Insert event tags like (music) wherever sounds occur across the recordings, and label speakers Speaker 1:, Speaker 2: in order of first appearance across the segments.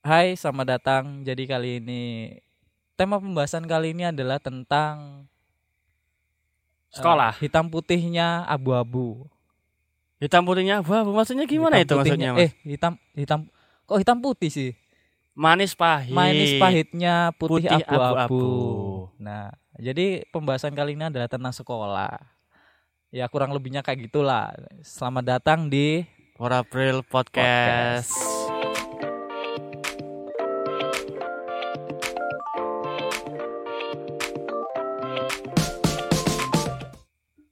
Speaker 1: Hai, selamat datang. Jadi kali ini tema pembahasan kali ini adalah tentang eh,
Speaker 2: Sekolah.
Speaker 1: hitam putihnya abu-abu.
Speaker 2: Eh, Hitam putihnya abu-abu maksudnya gimana
Speaker 1: Hitam
Speaker 2: itu
Speaker 1: putihnya-
Speaker 2: maksudnya, Mas?
Speaker 1: Eh, hitam hitam kok hitam putih sih?
Speaker 2: Manis pahit.
Speaker 1: Manis pahitnya putih,
Speaker 2: Putih
Speaker 1: abu-abu.
Speaker 2: abu-abu.
Speaker 1: Nah, jadi pembahasan kali ini adalah tentang sekolah. Ya kurang lebihnya kayak gitulah. Selamat datang di
Speaker 2: For April Podcast.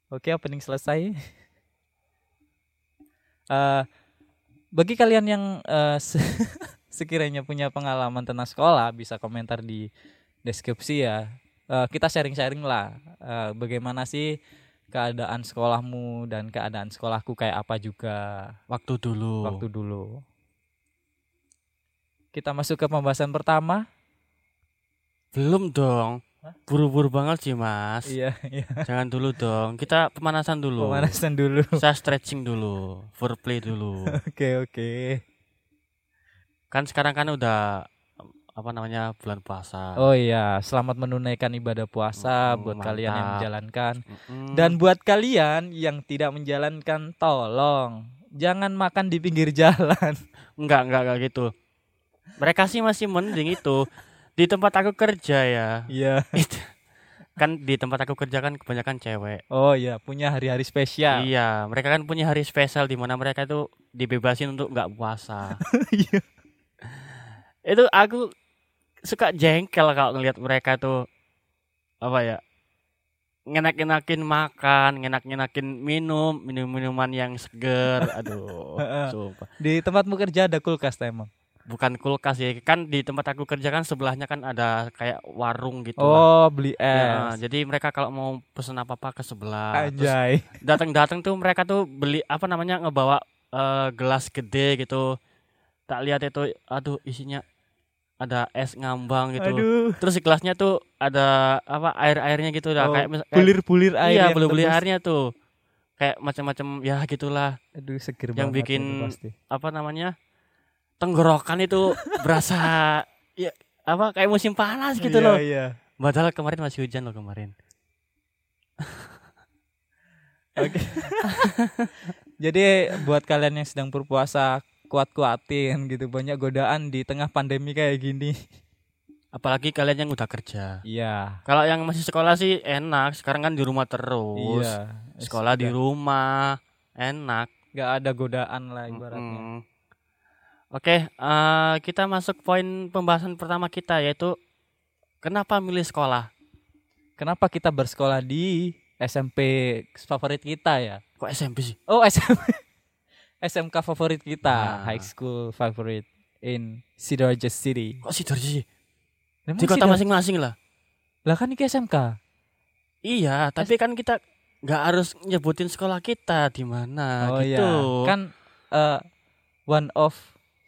Speaker 1: Oke, opening selesai. Eh, bagi kalian yang eh, (laughs) se- sekiranya punya pengalaman tentang sekolah, bisa komentar di deskripsi ya. Eh, kita sharing-sharing lah. eh, bagaimana sih keadaan sekolahmu dan keadaan sekolahku kayak apa juga
Speaker 2: Waktu dulu.
Speaker 1: waktu dulu. Kita masuk ke pembahasan pertama.
Speaker 2: Belum dong. Buru-buru banget sih, Mas.
Speaker 1: Iya, iya.
Speaker 2: (laughs)
Speaker 1: (laughs)
Speaker 2: Jangan dulu dong. Kita pemanasan dulu.
Speaker 1: Pemanasan dulu. (laughs)
Speaker 2: Saya stretching dulu, foreplay dulu.
Speaker 1: Oke, oke.
Speaker 2: kan sekarang kan udah em, apa namanya bulan puasa.
Speaker 1: Oh iya, selamat menunaikan ibadah puasa
Speaker 2: Mm,
Speaker 1: buat kalian yang
Speaker 2: mantap. Hmm.
Speaker 1: menjalankan.
Speaker 2: Mm-mm.
Speaker 1: Dan buat kalian yang tidak menjalankan, tolong jangan makan di pinggir (laughs) jalan.
Speaker 2: enggak enggak enggak gitu. Mereka sih masih mending itu di tempat aku kerja
Speaker 1: (laughs)
Speaker 2: ya.
Speaker 1: Iya.
Speaker 2: Itu- kan di tempat aku kerja kan kebanyakan cewek.
Speaker 1: Oh iya, punya hari-hari spesial.
Speaker 2: Iya, mereka kan punya hari spesial di mana mereka itu dibebasin untuk nggak puasa.
Speaker 1: (laughs) Iya.
Speaker 2: itu aku suka jengkel kalau ngelihat mereka tuh apa ya ngenak-ngenakin makan, ngenak-ngenakin minum, minum-minuman yang
Speaker 1: (laughs)
Speaker 2: seger. Aduh, sumpah.
Speaker 1: Di tempatmu kerja ada kulkas emang.
Speaker 2: Bukan kulkas ya, kan di tempat aku kerja kan sebelahnya kan ada kayak warung gitu. lah.
Speaker 1: Oh, beli
Speaker 2: Ya,
Speaker 1: es.
Speaker 2: jadi mereka kalau mau pesen apa-apa ke sebelah. Nah, Terus
Speaker 1: Anjay.
Speaker 2: datang-datang tuh mereka tuh beli apa namanya ngebawa eh, gelas gede gitu tak lihat itu aduh isinya ada es ngambang gitu
Speaker 1: Aduh,
Speaker 2: terus di gelasnya tuh ada apa air airnya gitu
Speaker 1: Oh,
Speaker 2: lah kayak mis- kayak-
Speaker 1: bulir-bulir air
Speaker 2: iya
Speaker 1: yang
Speaker 2: beli beli
Speaker 1: tembus.
Speaker 2: airnya tuh kayak macam-macam ya gitulah
Speaker 1: Aduh, seger
Speaker 2: Yang
Speaker 1: banget
Speaker 2: bikin-
Speaker 1: itu pasti.
Speaker 2: apa namanya tenggorokan itu
Speaker 1: (laughs)
Speaker 2: berasa ya apa kayak musim panas
Speaker 1: Iya,
Speaker 2: gitu loh
Speaker 1: Iya.
Speaker 2: padahal kemarin masih hujan loh kemarin
Speaker 1: Oke. (laughs) Jadi buat kalian yang sedang berpuasa kuat-kuatin gitu banyak godaan di tengah pandemi kayak
Speaker 2: (laughs)
Speaker 1: gini.
Speaker 2: apalagi kalian yang udah kerja
Speaker 1: Iya.
Speaker 2: kalau yang masih sekolah sih enak sekarang kan di rumah terus
Speaker 1: Iya.
Speaker 2: sekolah di
Speaker 1: Nggak-
Speaker 2: rumah enak
Speaker 1: nggak ada godaan lah ibaratnya.
Speaker 2: Mm-mm. oke eh, kita masuk poin pembahasan pertama kita yaitu kenapa milih sekolah
Speaker 1: Kenapa kita bersekolah di SMP favorit kita ya?
Speaker 2: kok SMP sih
Speaker 1: Oh, (laughs) SMP. SMK favorit kita,
Speaker 2: Nah.
Speaker 1: high school favorite in Sidoarjo City.
Speaker 2: kok sidoarjo sih
Speaker 1: Memang
Speaker 2: di kota
Speaker 1: Sidoarjo-
Speaker 2: masing-masing lah
Speaker 1: Lah kan ini SMK.
Speaker 2: iya tapi kan kita nggak harus nyebutin sekolah kita di mana
Speaker 1: oh
Speaker 2: gitu
Speaker 1: iya. Kan eh, one of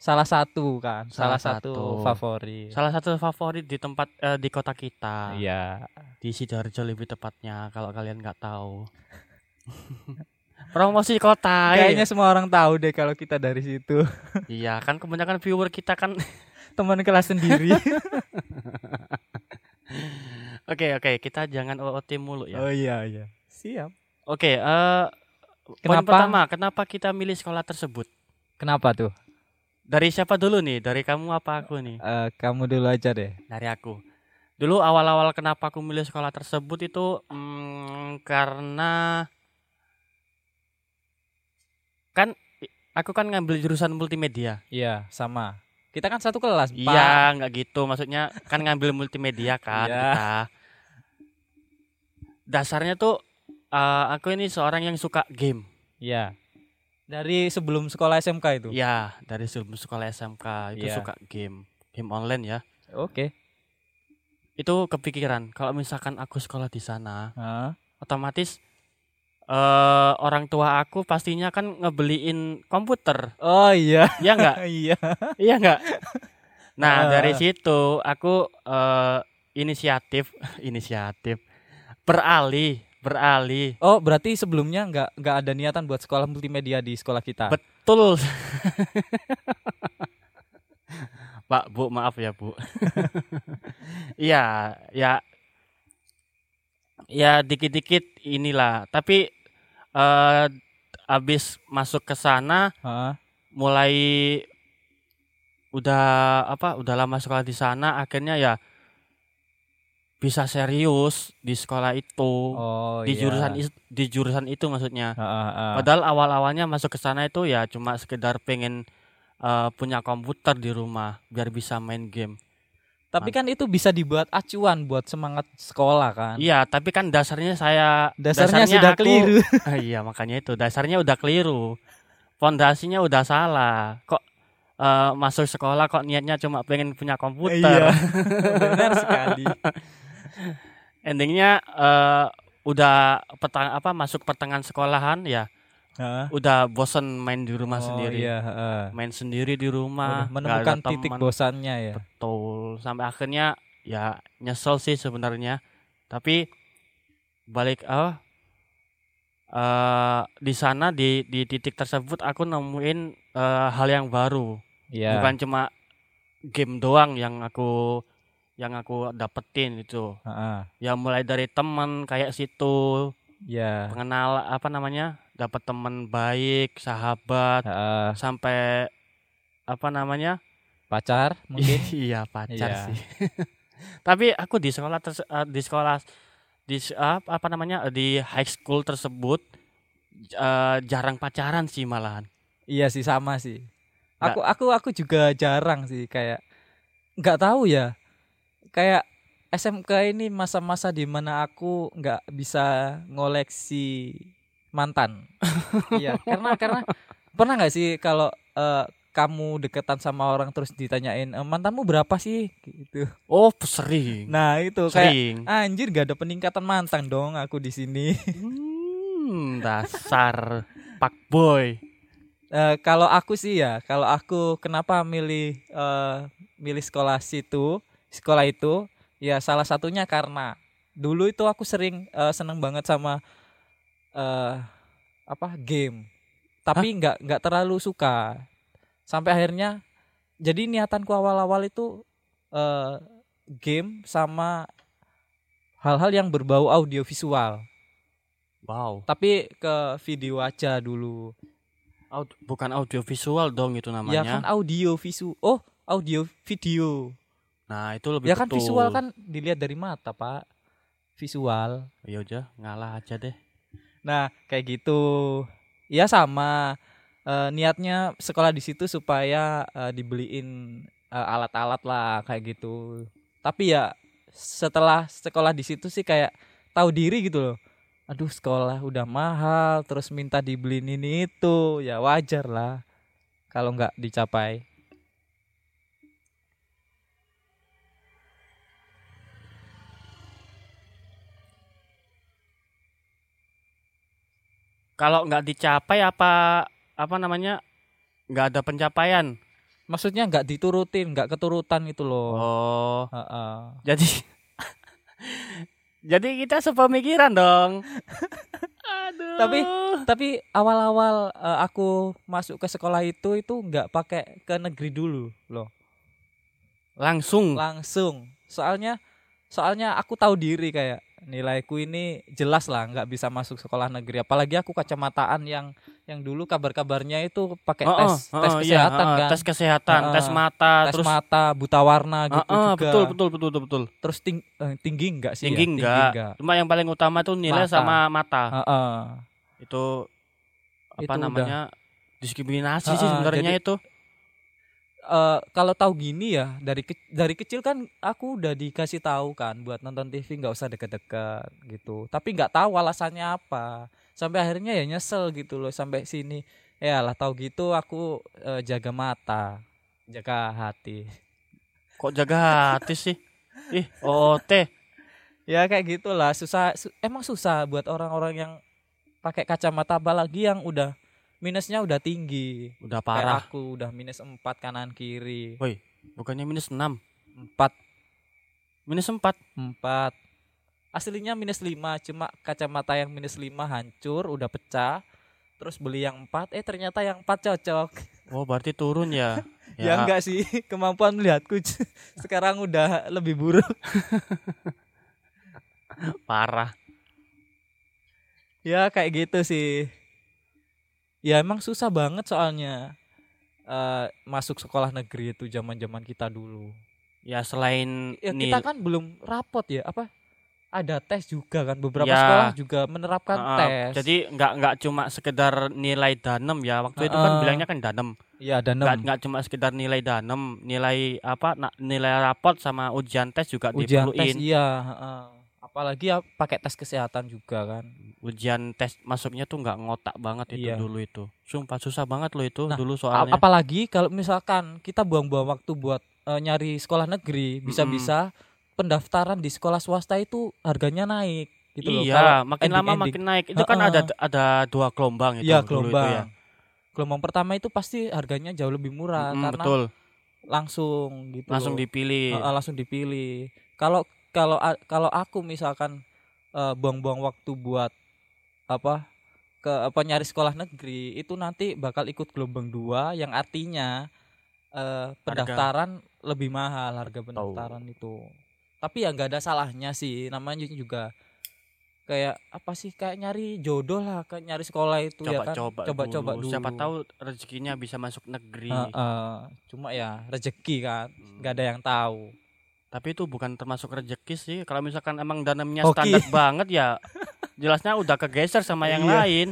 Speaker 1: salah satu kan, salah,
Speaker 2: Salah
Speaker 1: satu,
Speaker 2: satu.
Speaker 1: favorit.
Speaker 2: salah satu favorit di tempat eh, di kota kita
Speaker 1: Iya.
Speaker 2: di sidoarjo lebih tepatnya kalau kalian nggak tahu (laughs) promosi kota ya.
Speaker 1: Kayaknya semua orang tahu deh kalau kita dari situ. (laughs)
Speaker 2: iya kan kebanyakan viewer kita kan
Speaker 1: Teman kelas sendiri.
Speaker 2: Oke oke kita jangan OOT mulu ya. Oke
Speaker 1: (laughs) Oh iya iya. Siap.
Speaker 2: eh, poin
Speaker 1: Kenapa?
Speaker 2: pertama kenapa kita milih sekolah tersebut?
Speaker 1: Kenapa tuh?
Speaker 2: Dari siapa dulu nih? Dari kamu apa aku nih?
Speaker 1: Eh, kamu dulu aja deh.
Speaker 2: Dari aku. Dulu awal-awal kenapa aku milih sekolah tersebut itu mm, karena kan i- aku kan ngambil jurusan multimedia.
Speaker 1: Iya, sama. Kita kan satu kelas, Pak.
Speaker 2: Iya nggak gitu maksudnya kan ngambil multimedia kan
Speaker 1: Iya.
Speaker 2: kita. Dasarnya tuh eh, aku ini seorang yang suka game.
Speaker 1: Iya. Dari sebelum sekolah SMK itu.
Speaker 2: Ya, dari sebelum sekolah SMK itu
Speaker 1: Iya.
Speaker 2: suka game, game online ya.
Speaker 1: Oke.
Speaker 2: Itu kepikiran kalau misalkan aku sekolah di sana,
Speaker 1: Hah?
Speaker 2: otomatis eh orang tua aku pastinya kan ngebeliin komputer,
Speaker 1: Oh iya. (laughs)
Speaker 2: ya enggak?
Speaker 1: iya.
Speaker 2: iya enggak?
Speaker 1: Ah.
Speaker 2: Nah, dari situ aku eh inisiatif, (laughs) inisiatif beralih, beralih.
Speaker 1: Oh, berarti sebelumnya nggak nggak ada niatan buat sekolah multimedia di sekolah kita.
Speaker 2: Betul. (laughs) Pak Bu maaf ya Bu. (laughs) Iya ya ya dikit-dikit inilah tapi eh abis masuk ke sana
Speaker 1: Heeh.
Speaker 2: mulai udah apa udah lama sekolah di sana akhirnya ya bisa serius di sekolah itu
Speaker 1: Oh
Speaker 2: di
Speaker 1: iya.
Speaker 2: jurusan is- di jurusan itu maksudnya
Speaker 1: Heeh, heeh.
Speaker 2: padahal awal awalnya masuk ke sana itu ya cuma sekedar pengen eh, punya komputer di rumah biar bisa main game
Speaker 1: Tapi
Speaker 2: Ah.
Speaker 1: kan itu bisa dibuat acuan buat semangat sekolah kan.
Speaker 2: iya tapi kan dasarnya saya
Speaker 1: Dasarnya, sudah
Speaker 2: aku-
Speaker 1: keliru.
Speaker 2: (laughs) Ah, iya makanya itu dasarnya udah keliru fondasinya udah salah kok eh, masuk sekolah kok niatnya cuma pengen punya komputer
Speaker 1: Iya.
Speaker 2: (laughs)
Speaker 1: Benar sekali.
Speaker 2: endingnya eh, udah petang apa masuk pertengahan sekolahan ya
Speaker 1: Heeh.
Speaker 2: udah bosen main di
Speaker 1: Oh,
Speaker 2: rumah sendiri
Speaker 1: Iya, heeh.
Speaker 2: main sendiri di
Speaker 1: Udah
Speaker 2: rumah nggak
Speaker 1: menemukan
Speaker 2: ada
Speaker 1: titik
Speaker 2: teman.
Speaker 1: bosannya ya.
Speaker 2: betul sampai akhirnya ya nyesel sih sebenarnya tapi balik ah eh, di sana di di titik tersebut aku nemuin eh, hal yang baru
Speaker 1: Iya.
Speaker 2: bukan cuma game doang yang aku yang aku dapetin itu
Speaker 1: Heeh.
Speaker 2: ya mulai dari teman kayak situ
Speaker 1: Iya.
Speaker 2: pengenal apa namanya dapat teman baik sahabat
Speaker 1: Heeh.
Speaker 2: sampai apa namanya
Speaker 1: Pacar mungkin.
Speaker 2: (laughs) iya pacar
Speaker 1: Iya.
Speaker 2: sih (laughs) tapi aku di sekolah terse- eh, di sekolah di se- ap- apa namanya eh, di high school tersebut eh, jarang pacaran sih malahan
Speaker 1: Iya sih sama sih.
Speaker 2: Nggak-
Speaker 1: Aku aku aku juga jarang sih kayak nggak tahu ya. Kayak SMK ini masa-masa di mana aku nggak bisa ngoleksi mantan. iya, karena karena pernah nggak sih kalau eh, kamu deketan sama orang terus ditanyain "Eh, mantanmu berapa sih gitu.
Speaker 2: oh sering
Speaker 1: Nah, itu kayak (laughs)
Speaker 2: sering
Speaker 1: anjir nggak ada peningkatan mantan dong aku di sini.
Speaker 2: Hmm, dasar pak boy
Speaker 1: Eh, kalau aku sih ya, kalau aku kenapa milih eh, milih sekolah situ, sekolah itu, ya salah satunya karena dulu itu aku sering eh, seneng banget sama eh apa game, tapi nggak nggak terlalu suka sampai akhirnya jadi niatanku awal-awal itu eh game sama hal-hal yang berbau audiovisual,
Speaker 2: wow
Speaker 1: tapi ke video aja dulu.
Speaker 2: Aud- bukan audiovisual dong itu
Speaker 1: Ya
Speaker 2: namanya
Speaker 1: kan audio visu. Oh, audio video.
Speaker 2: nah itu lebih
Speaker 1: ya kan
Speaker 2: betul.
Speaker 1: visual kan dilihat dari mata, Pak. Visual.
Speaker 2: ya udah ngalah aja deh
Speaker 1: Nah, kayak gitu. Ya sama Eh, niatnya sekolah di situ supaya eh, dibeliin eh, alat-alat lah kayak gitu. Tapi ya setelah sekolah di situ sih kayak tahu diri gitu loh. Aduh, sekolah udah mahal, terus minta dibeliin ini itu, ya wajar lah kalau nggak dicapai.
Speaker 2: kalau nggak dicapai apa apa namanya nggak ada pencapaian
Speaker 1: Maksudnya nggak diturutin, nggak keturutan gitu loh.
Speaker 2: oh
Speaker 1: Heeh.
Speaker 2: Jadi Jadi kita sepemikiran dong. Aduh.
Speaker 1: Tapi- Tapi awal-awal eh, aku masuk ke sekolah itu itu nggak pakai ke negeri dulu loh,
Speaker 2: langsung
Speaker 1: langsung. Soalnya soalnya aku tahu diri kayak nilaiku ini jelas lah nggak bisa masuk sekolah negeri. Apalagi aku kacamataan yang yang dulu kabar-kabarnya itu pakai
Speaker 2: Oh,
Speaker 1: tes
Speaker 2: oh,
Speaker 1: tes
Speaker 2: oh, iya,
Speaker 1: kesehatan
Speaker 2: oh,
Speaker 1: kan,
Speaker 2: Tes kesehatan,
Speaker 1: Heeh.
Speaker 2: tes mata,
Speaker 1: tes
Speaker 2: terus
Speaker 1: mata buta warna
Speaker 2: Oh,
Speaker 1: gitu
Speaker 2: oh,
Speaker 1: juga.
Speaker 2: betul, betul, betul, betul, betul.
Speaker 1: Terus ting- eh, tinggi nggak sih? ya?
Speaker 2: Tinggi enggak.
Speaker 1: nggak.
Speaker 2: Cuma yang paling utama tuh
Speaker 1: Mata.
Speaker 2: nilai sama mata.
Speaker 1: Heeh.
Speaker 2: Itu apa
Speaker 1: Itu udah.
Speaker 2: namanya?
Speaker 1: Heeh,
Speaker 2: Diskriminasi sih sebenarnya
Speaker 1: jadi-
Speaker 2: itu.
Speaker 1: eh kalau tahu gini ya dari ke- dari kecil kan aku udah dikasih tahu kan buat nonton TV nggak usah deket-deket gitu tapi nggak tahu alasannya apa sampai akhirnya ya nyesel gitu loh sampai sini ya lah tahu gitu aku eh, jaga mata jaga hati
Speaker 2: Kok jaga hati sih? Ih, OOT.
Speaker 1: ya kayak gitulah susah su- emang susah buat orang-orang yang pakai kacamata apalagi yang udah minusnya udah tinggi
Speaker 2: Udah
Speaker 1: Kayak
Speaker 2: parah.
Speaker 1: aku udah minus 4 kanan kiri
Speaker 2: Bukannya minus 6,
Speaker 1: 4
Speaker 2: minus 4.
Speaker 1: 4 Aslinya minus 5 Cuma kacamata yang minus 5 hancur Udah pecah Terus beli yang 4 Eh ternyata yang 4 cocok
Speaker 2: Oh, berarti turun ya.
Speaker 1: (laughs) Ya,
Speaker 2: Ya.
Speaker 1: enggak sih, (laughs) kemampuan melihatku (laughs) sekarang udah lebih buruk. (laughs)
Speaker 2: parah
Speaker 1: Ya kayak gitu sih. Ya emang susah banget soalnya eh, masuk sekolah negeri itu zaman-zaman kita dulu.
Speaker 2: ya selain
Speaker 1: Ya
Speaker 2: nil-
Speaker 1: kita kan belum rapot ya apa? Ada tes juga kan beberapa
Speaker 2: Ya.
Speaker 1: sekolah juga menerapkan
Speaker 2: Ah, ah,
Speaker 1: kan tes.
Speaker 2: jadi nggak nggak cuma sekedar nilai danem ya waktu itu kan
Speaker 1: Ah, ah.
Speaker 2: bilangnya kan danem
Speaker 1: ya ada enam.
Speaker 2: nggak nggak cuma sekedar nilai danem nilai apa na- nilai rapot sama ujian tes juga
Speaker 1: ujian tes
Speaker 2: Kan diperluin
Speaker 1: iya. heeh. Apalagi ya pakai tes kesehatan juga kan.
Speaker 2: ujian tes masuknya tuh nggak ngotak banget itu
Speaker 1: Iya.
Speaker 2: dulu itu sumpah susah banget loh itu
Speaker 1: Nah,
Speaker 2: dulu
Speaker 1: A-
Speaker 2: soalnya
Speaker 1: Apalagi kalau misalkan kita buang-buang waktu buat eh, nyari sekolah negeri, bisa-bisa pendaftaran di sekolah swasta itu harganya naik gitu loh. Kalau
Speaker 2: iya makin lama
Speaker 1: ending-ending.
Speaker 2: makin naik itu kan
Speaker 1: Heeh.
Speaker 2: ada ada dua gelombang itu
Speaker 1: Iya gelombang.
Speaker 2: dulu itu ya
Speaker 1: Gelombang pertama itu pasti harganya jauh lebih murah
Speaker 2: Mm,
Speaker 1: karena
Speaker 2: betul
Speaker 1: langsung gitu.
Speaker 2: langsung
Speaker 1: loh.
Speaker 2: dipilih
Speaker 1: Heeh, langsung dipilih. Kalau kalau a- kalau aku misalkan eh, buang-buang waktu buat apa ke apa nyari sekolah negeri itu nanti bakal ikut gelombang dua yang artinya eh, pendaftaran lebih mahal harga pendaftaran itu. Tapi ya nggak ada salahnya sih namanya juga kayak apa sih kayak nyari jodoh lah kayak nyari sekolah itu ya kan
Speaker 2: coba-coba
Speaker 1: coba-coba dulu.
Speaker 2: siapa tahu rezekinya bisa masuk negeri
Speaker 1: Heeh. cuma ya rezeki kan
Speaker 2: Mm.
Speaker 1: nggak ada yang tahu
Speaker 2: tapi itu bukan termasuk rezeki sih kalau misalkan emang danemnya
Speaker 1: Hoki.
Speaker 2: standar banget ya jelasnya udah kegeser sama yang
Speaker 1: Iya.
Speaker 2: lain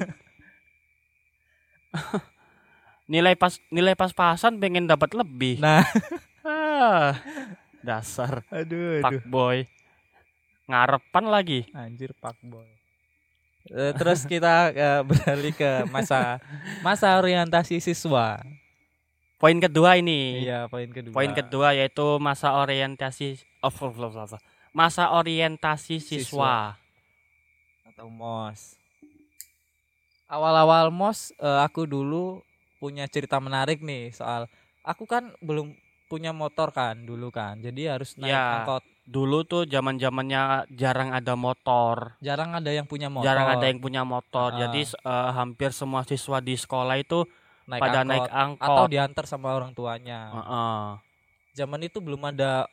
Speaker 2: nilai pas nilai pas-pasan pengen dapat lebih
Speaker 1: nah
Speaker 2: Ah, dasar
Speaker 1: aduh
Speaker 2: pak boy ngarepan lagi
Speaker 1: Anjir Pak Boy. Eh, terus kita eh, (laughs) beralih ke masa masa orientasi siswa.
Speaker 2: poin kedua ini
Speaker 1: Iya, poin kedua.
Speaker 2: poin kedua yaitu masa orientasi oh, blah, blah, blah, blah. masa orientasi siswa,
Speaker 1: atau MOS. Awal-awal MOS eh, aku dulu punya cerita menarik nih soal aku kan belum punya motor kan dulu kan. Jadi harus naik
Speaker 2: Ya.
Speaker 1: angkot.
Speaker 2: dulu tuh zaman zamannya jarang ada motor
Speaker 1: Jarang ada yang punya motor.
Speaker 2: jarang ada yang punya motor.
Speaker 1: Ah.
Speaker 2: Jadi s- eh, hampir semua siswa di sekolah itu
Speaker 1: naik
Speaker 2: pada
Speaker 1: angkot
Speaker 2: naik angkot. Oh.
Speaker 1: atau diantar sama orang tuanya.
Speaker 2: Heeh.
Speaker 1: zaman itu belum ada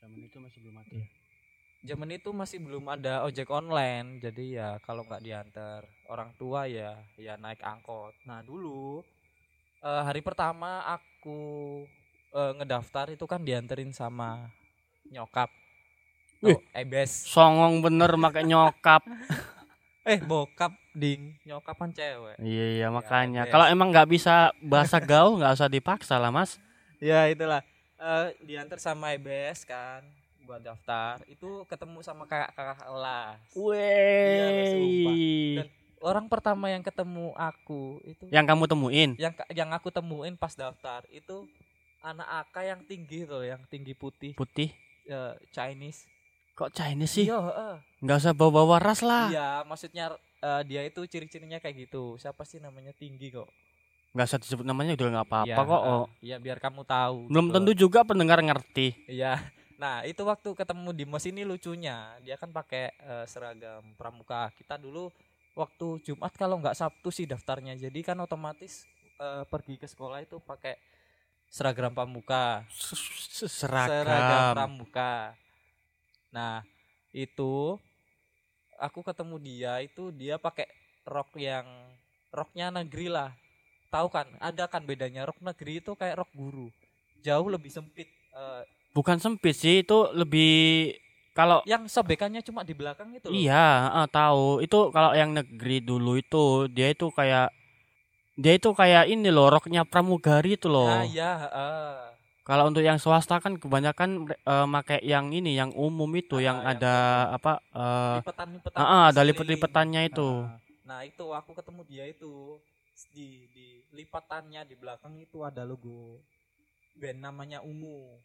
Speaker 2: Zaman itu masih belum ya? ada.
Speaker 1: zaman itu masih belum ada ojek online jadi ya kalau nggak diantar orang tua ya ya naik angkot nah dulu eh, hari pertama aku eh, ngedaftar itu kan dianterin sama nyokap
Speaker 2: Wih.
Speaker 1: Oh, ebes
Speaker 2: Songong bener pakai nyokap.
Speaker 1: eh bokap ding nyokapan cewek
Speaker 2: iya (laughs) iya makanya.
Speaker 1: oke.
Speaker 2: Kalau emang nggak bisa bahasa gaul nggak usah dipaksa lah mas.
Speaker 1: ya itulah Eh, diantar sama ebes kan buat daftar itu ketemu sama kakak kakak kelas
Speaker 2: Iya, Wey.
Speaker 1: Dan- orang pertama yang ketemu aku itu
Speaker 2: yang kamu temuin.
Speaker 1: yang ka- yang aku temuin pas daftar itu anak AK yang tinggi tuh yang tinggi putih
Speaker 2: Putih.
Speaker 1: eh, Chinese
Speaker 2: Kok Chinese sih?
Speaker 1: iya heeh.
Speaker 2: Nggak usah bawa-bawa ras lah.
Speaker 1: iya maksudnya eh, dia itu ciri-cirinya kayak gitu siapa sih namanya tinggi kok
Speaker 2: Nggak usah disebut namanya juga nggak apa-apa
Speaker 1: Iya,
Speaker 2: kok.
Speaker 1: heeh.
Speaker 2: oh.
Speaker 1: iya biar kamu tahu
Speaker 2: Belum
Speaker 1: gitu.
Speaker 2: tentu juga pendengar ngerti.
Speaker 1: iya nah itu waktu ketemu di mos ini lucunya dia kan pakai eh, seragam pramuka kita dulu waktu Jumat kalau nggak Sabtu sih daftarnya jadi kan otomatis eh, pergi ke sekolah itu pakai seragam pramuka
Speaker 2: S- s-
Speaker 1: seragam,
Speaker 2: Seragam.
Speaker 1: pramuka. Nah, itu aku ketemu dia itu dia pakai rok yang roknya negeri lah. Tahu kan, ada kan bedanya rok negeri itu kayak rok guru. Jauh lebih sempit. Eh,
Speaker 2: Bukan sempit sih itu lebih kalau
Speaker 1: yang sobekannya cuma di belakang itu gitu loh.
Speaker 2: Iya, ah, tahu. Itu kalau yang negeri dulu itu dia itu kayak dia itu kayak ini loh roknya pramugari itu loh.
Speaker 1: Nah, iya, heeh.
Speaker 2: Kalau untuk yang swasta kan kebanyakan eh, make yang ini yang umum itu
Speaker 1: Ah,
Speaker 2: yang
Speaker 1: yang
Speaker 2: ada
Speaker 1: umum.
Speaker 2: apa eh,
Speaker 1: lipetan-lipetan.
Speaker 2: ah, ah, ada
Speaker 1: sekeliling.
Speaker 2: lipet-lipetannya itu.
Speaker 1: Nah, Nah, itu aku ketemu dia itu di di lipatannya di belakang itu ada logo band namanya Ungu.